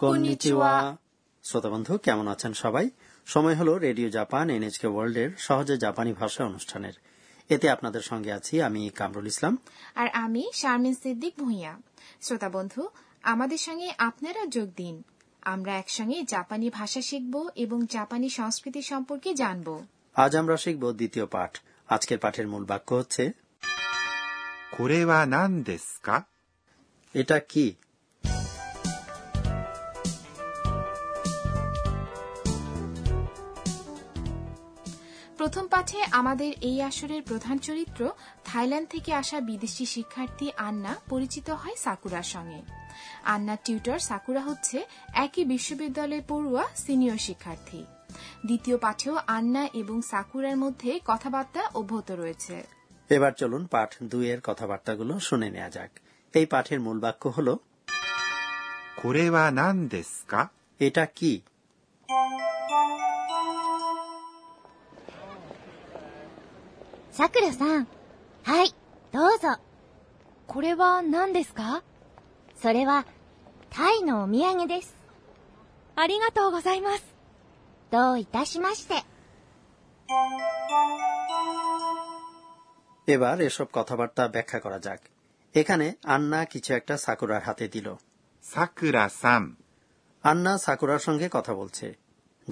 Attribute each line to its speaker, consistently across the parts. Speaker 1: Konnichiwa.
Speaker 2: শ্রোতা বন্ধু কেমন আছেন সবাই সময় হলো রেডিও জাপান এনএচকে ওয়ার্ল্ডের সহজে জাপানি ভাষা অনুষ্ঠানের এতে আপনাদের সঙ্গে আছি আমি কামরুল ইসলাম
Speaker 1: আর আমি শারমিন সিদ্দিক ভুঁইয়া শ্রোতা বন্ধু আমাদের সঙ্গে আপনারা যোগ দিন আমরা একসঙ্গে জাপানি ভাষা শিখব এবং জাপানি সংস্কৃতি সম্পর্কে জানব
Speaker 2: আজ আমরা শিখব দ্বিতীয় পাঠ আজকের পাঠের মূল বাক্য হচ্ছে
Speaker 3: これは何ですか
Speaker 2: এটা কি
Speaker 1: প্রথম পাঠে আমাদের এই আসরের প্রধান চরিত্র থাইল্যান্ড থেকে আসা বিদেশি শিক্ষার্থী আন্না পরিচিত হয় সাকুরার সঙ্গে আন্না টিউটর সাকুরা হচ্ছে একই বিশ্ববিদ্যালয়ে পড়ুয়া সিনিয়র শিক্ষার্থী দ্বিতীয় পাঠেও আন্না এবং সাকুরার মধ্যে কথাবার্তা অব্যাহত রয়েছে
Speaker 2: এবার চলুন পাঠ দুইয়ের কথাবার্তাগুলো শুনে নেওয়া যাক এই পাঠের মূল বাক্য হলো
Speaker 3: これは何ですか
Speaker 2: এটা কি
Speaker 4: さくらさん。はい、どうぞ。これは何ですかそれは、タイのお土産です。ありがとうございます。どういたしまして。
Speaker 2: এবার এসব কথাবার্তা ব্যাখ্যা করা যাক এখানে আন্না কিছু একটা সাকুরার হাতে দিল
Speaker 3: さくらさん、
Speaker 2: আন্না সাকুরার সঙ্গে কথা বলছে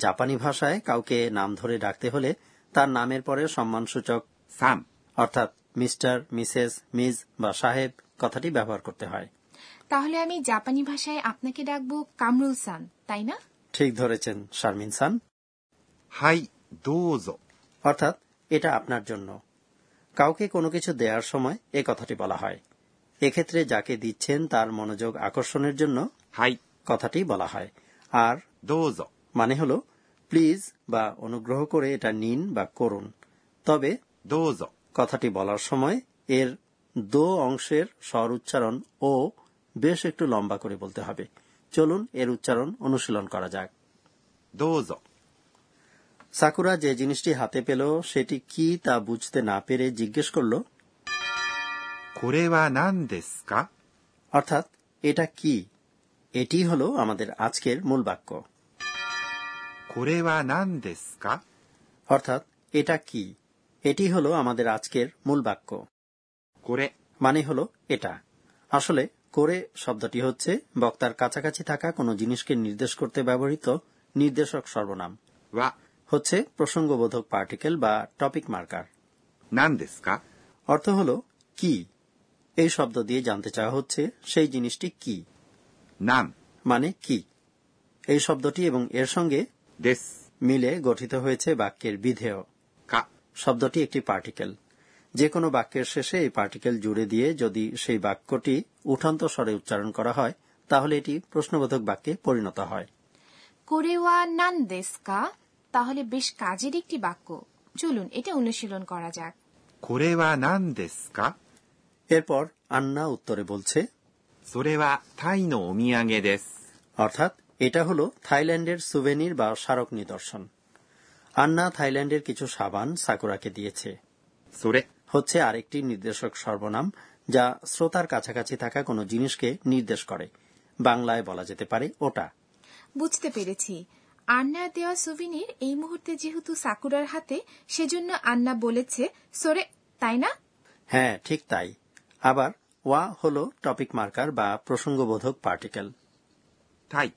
Speaker 2: জাপানি ভাষায় কাউকে নাম ধরে ডাকতে হলে তার নামের পরে সম্মানসূচক
Speaker 3: さん、
Speaker 2: অর্থাৎ মিস্টার মিসেস মিজ বা সাহেব কথাটি ব্যবহার করতে হয়
Speaker 1: তাহলে আমি জাপানি ভাষায় আপনাকে ডাকবো কামরুল সান তাই না
Speaker 2: ঠিক ধরেছেন শারমিন সান
Speaker 3: はい、どうぞ。
Speaker 2: অর্থাৎ এটা আপনার জন্য কাউকে কোনো কিছু দেওয়ার সময় এ কথাটি বলা হয় এক্ষেত্রে যাকে দিচ্ছেন তার মনোযোগ আকর্ষণের জন্য
Speaker 3: はい、
Speaker 2: কথাটি বলা হয় আর
Speaker 3: どうぞ。
Speaker 2: মানে হল প্লিজ বা অনুগ্রহ করে এটা নিন বা করুন তবে
Speaker 3: どうぞ。
Speaker 2: কথাটি বলার সময় এর দো অংশের স্বর উচ্চারণ ও বেশ একটু লম্বা করে বলতে হবে চলুন এর উচ্চারণ অনুশীলন করা যাক
Speaker 3: どうぞ。
Speaker 2: সাকুরা যে জিনিসটি হাতে পেল সেটি কি তা বুঝতে না পেরে জিজ্ঞেস করল
Speaker 3: これは何ですか
Speaker 2: অর্থাৎ এটা কি এটি হলো আমাদের আজকের মূল বাক্য
Speaker 3: これは何ですか
Speaker 2: অর্থাৎ এটা কি এটি হলো আমাদের আজকের মূল বাক্য
Speaker 3: これ、
Speaker 2: মানে হলো এটা আসলে করে শব্দটি হচ্ছে বক্তার কাছাকাছি থাকা কোনো জিনিসকে নির্দেশ করতে ব্যবহৃত নির্দেশক সর্বনাম
Speaker 3: は、
Speaker 2: হচ্ছে প্রসঙ্গবোধক পার্টিকেল বা টপিক মার্কার
Speaker 3: 何ですか
Speaker 2: অর্থ হলো কি এই শব্দ দিয়ে জানতে চাওয়া হচ্ছে সেই জিনিসটি কি
Speaker 3: 何
Speaker 2: মানে কি এই শব্দটি এবং এর সঙ্গে
Speaker 3: です
Speaker 2: মিলে গঠিত হয়েছে বাক্যের বিধেয়
Speaker 3: か
Speaker 2: শব্দটি একটি পার্টিকেল যে কোনো বাক্যের শেষে এই পার্টিকেল জুড়ে দিয়ে যদি সেই বাক্যটি উঠান্ত স্বরে উচ্চারণ করা হয় তাহলে এটি প্রশ্নবোধক বাক্যে পরিণত হয়
Speaker 1: কোরেওয়া নান দেসকা তাহলে বেশ কাজের একটি বাক্য চলুন এটা অনুশীলন করা যাক
Speaker 3: これは何ですか
Speaker 2: এরপর আন্না উত্তরে বলছে
Speaker 3: それはタイのお土産です。
Speaker 2: অর্থাৎ এটা হলো থাইল্যান্ডের সুভেনির বা স্মারক নিদর্শন আন্না থাইল্যান্ডের কিছু সাবান সাকুরাকে দিয়েছে
Speaker 3: それ、
Speaker 2: হচ্ছে আরেকটি নির্দেশক সর্বনাম যা শ্রোতার কাছাকাছি থাকা কোনো জিনিসকে নির্দেশ করে বাংলায় বলা যেতে পারে ওটা
Speaker 1: বুঝতে পেরেছি আন্না দেওয়া সুভিনির এই মুহূর্তে যেহেতু সাকুরার হাতে সেজন্য আন্না বলেছে সরে তাই না
Speaker 2: হ্যাঁ ঠিক তাই আবার ওয়া হলো টপিক মার্কার বা প্রসঙ্গবোধক পার্টিকেল
Speaker 3: タイ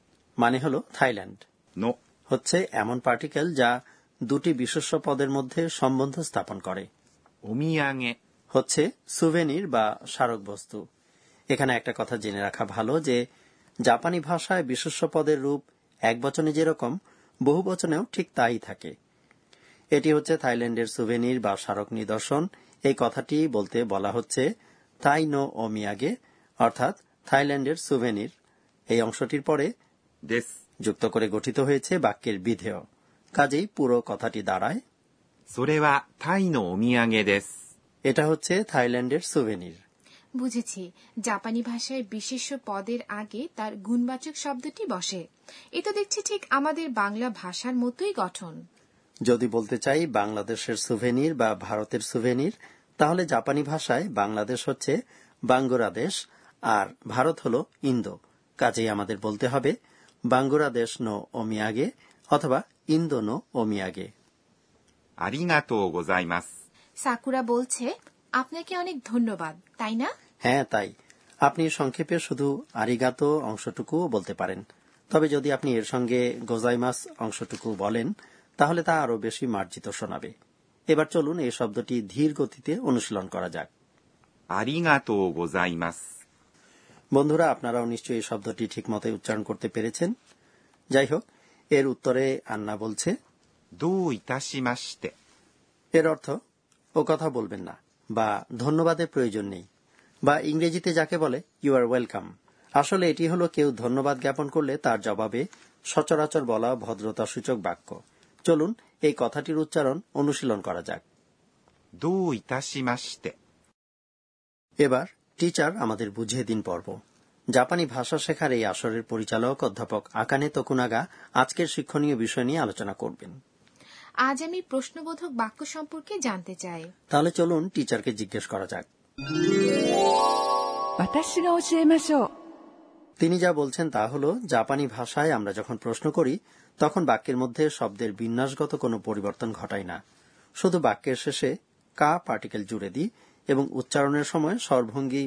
Speaker 2: মানে হলো থাইল্যান্ড
Speaker 3: の
Speaker 2: হচ্ছে এমন পার্টিকেল যা দুটি বিশেষ্য পদের মধ্যে সম্বন্ধ স্থাপন করে
Speaker 3: お土産
Speaker 2: হচ্ছে সুভেনির বা স্মারক বস্তু এখানে একটা কথা জেনে রাখা ভালো যে জাপানি ভাষায় বিশেষ্য পদের রূপ একবচনে যেরকম বহুবচনেও ঠিক তাই থাকে এটি হচ্ছে থাইল্যান্ডের সুভেনির বা স্মারক নিদর্শন এই কথাটি বলতে বলা হচ্ছে তাই নো ওমিয়াগে অর্থাৎ থাইল্যান্ডের সুভেনির এই অংশটির পরে
Speaker 3: です。
Speaker 2: যুক্ত করে গঠিত হয়েছে বাক্যের বিধেয় কাজেই পুরো কথাটি দাঁড়ায়
Speaker 3: それはタイのお土産です。
Speaker 2: এটা হচ্ছে থাইল্যান্ডের সুভেনির
Speaker 1: বুঝেছি জাপানি ভাষায় বিশেষ্য পদের আগে তার গুণবাচক শব্দটি বসে এ তো দেখছি ঠিক আমাদের বাংলা ভাষার মতোই গঠন
Speaker 2: যদি বলতে চাই বাংলাদেশের সুভেনির বা ভারতের সুভেনির তাহলে জাপানি ভাষায় বাংলাদেশ হচ্ছে বাঙ্গরাদেশ আর ভারত হল ইন্দো কাজেই আমাদের বলতে হবে バングラデシュのお土産অথবা インドのお土産
Speaker 3: ありがとうございます。
Speaker 1: সাকুরা বলছে আপনাকে অনেক ধন্যবাদ তাই না
Speaker 2: হ্যাঁ তাই আপনি সংক্ষেপে শুধু আরিগাতো অংশটুকুও বলতে পারেন তবে যদি আপনি এর সঙ্গে গোজাইমাস অংশটুকু বলেন তাহলে তা আরো বেশি মার্জিত শোনাবে এবার চলুন এই শব্দটি ধীর গতিতে অনুশীলন করা যাক
Speaker 3: ありがとうございます。
Speaker 2: বন্ধুরা আপনারাও নিশ্চয়ই এই শব্দটি ঠিকমতো উচ্চারণ করতে পেরেছেন যাই হোক এর উত্তরে আন্না বলছে
Speaker 3: どういたしまして。
Speaker 2: এর অর্থ ও কথা বলবেন না বা ধন্যবাদের প্রয়োজন নেই বা ইংরেজিতে যাকে বলে ইউ আর ওয়েলকাম আসলে এটি হলো কেউ ধন্যবাদ জ্ঞাপন করলে তার জবাবে সচরাচর বলা ভদ্রতা সূচক বাক্য চলুন এই কথাটির উচ্চারণ অনুশীলন করা যাক
Speaker 3: どういたしまして。
Speaker 2: এবার টিচার আমাদের বুঝিয়ে দিন পর্ব জাপানি ভাষা শেখার এই আসরের পরিচালক অধ্যাপক আকানে তকুনাগা আজকের শিক্ষণীয় বিষয় নিয়ে আলোচনা করবেন
Speaker 1: আজ আমি প্রশ্নবোধক বাক্য সম্পর্কে জানতে চাই
Speaker 2: তাহলে চলুন টিচারকে জিজ্ঞেস করা যাক
Speaker 5: 私が教えましょう
Speaker 2: তিনি যা বলছেন তা হল জাপানি ভাষায় আমরা যখন প্রশ্ন করি তখন বাক্যের মধ্যে শব্দের বিন্যাসগত কোনো পরিবর্তন ঘটাই না শুধু বাক্যের শেষে কা পার্টিকেল জুড়ে দিই এবং উচ্চারণের সময় স্বরভঙ্গি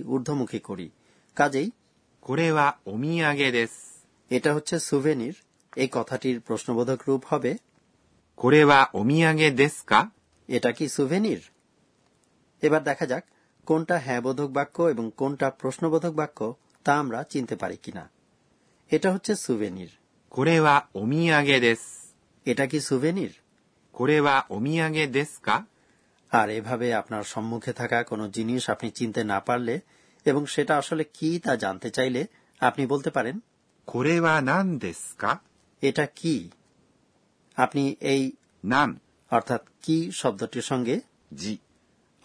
Speaker 2: ঊর্ধ্বমুখী করি কাজেই
Speaker 3: これはお土産です。
Speaker 2: এটা হচ্ছে সুভেনির এই কথাটির প্রশ্নবোধক রূপ হবে
Speaker 3: これはお土産ですか
Speaker 2: এটা কি সুভেনির এবার দেখা যাক কোনটা হ্যাঁবোধক বাক্য এবং কোনটা প্রশ্নবোধক বাক্য তা আমরা চিনতে পারি কিনা এটা হচ্ছে সুভেনির
Speaker 3: これはお土産です。
Speaker 2: এটা কি সুভেনির
Speaker 3: これはお土産ですか
Speaker 2: আর এভাবে আপনার সম্মুখে থাকা কোনো জিনিস আপনি চিনতে না পারলে এবং সেটা আসলে কি তা জানতে চাইলে আপনি বলতে পারেন
Speaker 3: これは何ですか
Speaker 2: এটা কি আপনি এই
Speaker 3: 何
Speaker 2: অর্থাৎ কি শব্দটির সঙ্গে
Speaker 3: 字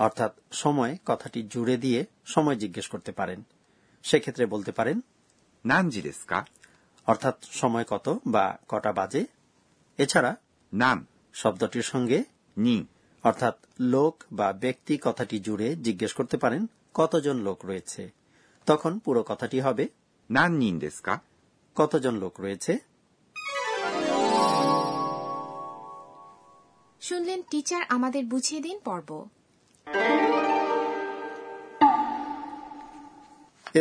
Speaker 2: অর্থাৎ সময় কথাটি জুড়ে দিয়ে সময় জিজ্ঞেস করতে পারেন সেক্ষেত্রে বলতে পারেন
Speaker 3: 何時ですか
Speaker 2: অর্থাৎ সময় কত বা কটা বাজে এছাড়া
Speaker 3: 何
Speaker 2: শব্দটির সঙ্গে
Speaker 3: 人
Speaker 2: অর্থাৎ লোক বা ব্যক্তি কথাটি জুড়ে জিজ্ঞেস করতে পারেন কতজন লোক রয়েছে তখন পুরো কথাটি হবে
Speaker 3: 何人ですか
Speaker 2: কতজন লোক রয়েছে
Speaker 1: শুনলেন টিচার আমাদের বুঝিয়ে দিন পর্ব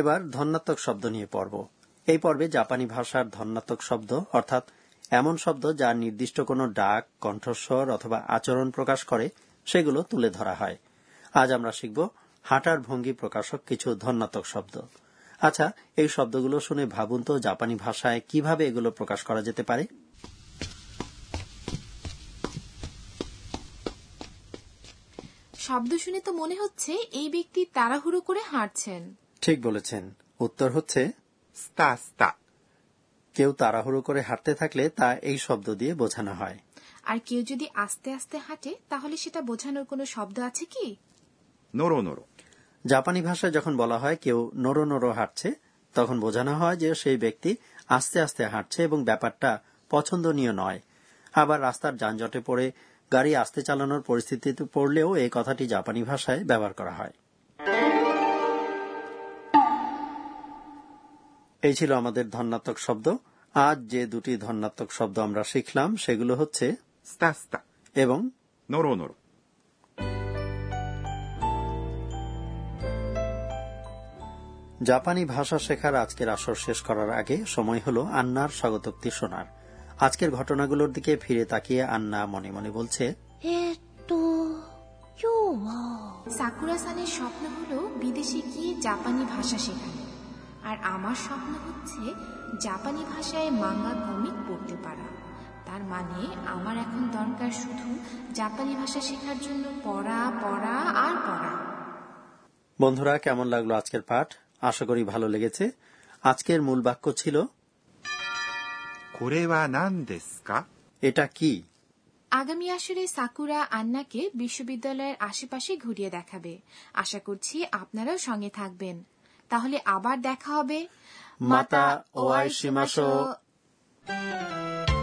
Speaker 2: এবার ধন্যাত্মক শব্দ নিয়ে পর্ব এই পর্বে জাপানি ভাষার ধন্যাত্মক শব্দ অর্থাৎ এমন শব্দ যা নির্দিষ্ট কোনো ডাক কণ্ঠস্বর অথবা আচরণ প্রকাশ করে সেগুলো তুলে ধরা হয় আজ আমরা শিখব হাঁটার ভঙ্গি প্রকাশক কিছু ধন্যাত্মক শব্দ আচ্ছা এই শব্দগুলো শুনে ভাবুন তো জাপানি ভাষায় কিভাবে এগুলো প্রকাশ করা যেতে পারে
Speaker 1: শব্দ শুনে তো মনে হচ্ছে এই ব্যক্তি তাড়াহুড়ো করে হাঁটছেন
Speaker 2: ঠিক বলেছেন উত্তর হচ্ছে
Speaker 3: スタスタ。
Speaker 2: কেউ তাড়াহুড়ো করে হাঁটতে থাকলে তা এই শব্দ দিয়ে বোঝানো হয়
Speaker 1: আর কেউ যদি আস্তে আস্তে হাঁটে তাহলে সেটা বোঝানোর কোনো শব্দ আছে কি
Speaker 3: ノロノロ。
Speaker 2: জাপানি ভাষায় যখন বলা হয় কেউ নড়ো নড়ো হাঁটছে তখন বোঝানো হয় যে সেই ব্যক্তি আস্তে আস্তে হাঁটছে এবং ব্যাপারটা পছন্দনীয় নয় আবার রাস্তার যানজটে পড়ে গাড়ি আস্তে চালানোর পরিস্থিতিতে পড়লেও এই কথাটি জাপানি ভাষায় ব্যবহার করা হয় এই ছিল আমাদের ধন্যাত্মক শব্দ আজ যে দুটি ধন্যাত্মক শব্দ আমরা শিখলাম সেগুলো হচ্ছে
Speaker 3: スタスタ。
Speaker 2: এবং
Speaker 3: ノロノロ。
Speaker 2: জাপানি ভাষা শেখার আজকের আসর শেষ করার আগে সময় হলো আন্নার স্বাগতোক্তি শোনার আজকের ঘটনাগুলোর দিকে ফিরে তাকিয়ে আন্না মনে মনে বলছে
Speaker 4: えーっと、今日は、
Speaker 1: সাকুরা সানের স্বপ্ন হলো বিদেশে গিয়ে জাপানি ভাষা শেখানো আর আমার স্বপ্ন হচ্ছে জাপানি ভাষায় মাঙ্গা কমিক পড়তে পারা তার মানে আমার এখন দরকার শুধু জাপানি ভাষা শেখার জন্য পড়া পড়া আর পড়া
Speaker 2: বন্ধুরা কেমন লাগলো আজকের পাঠ আশা করি ভালো লেগেছে আজকের মূল বাক্য ছিল
Speaker 3: これは何ですか
Speaker 2: এটা কি
Speaker 1: আগামী আসরে সাকুরা আন্নাকে বিশ্ববিদ্যালয়ের আশেপাশে ঘুরিয়ে দেখাবে আশা করছি আপনারাও সঙ্গে থাকবেন তাহলে আবার দেখা হবে
Speaker 2: মাতা ওয়াই সীমাসো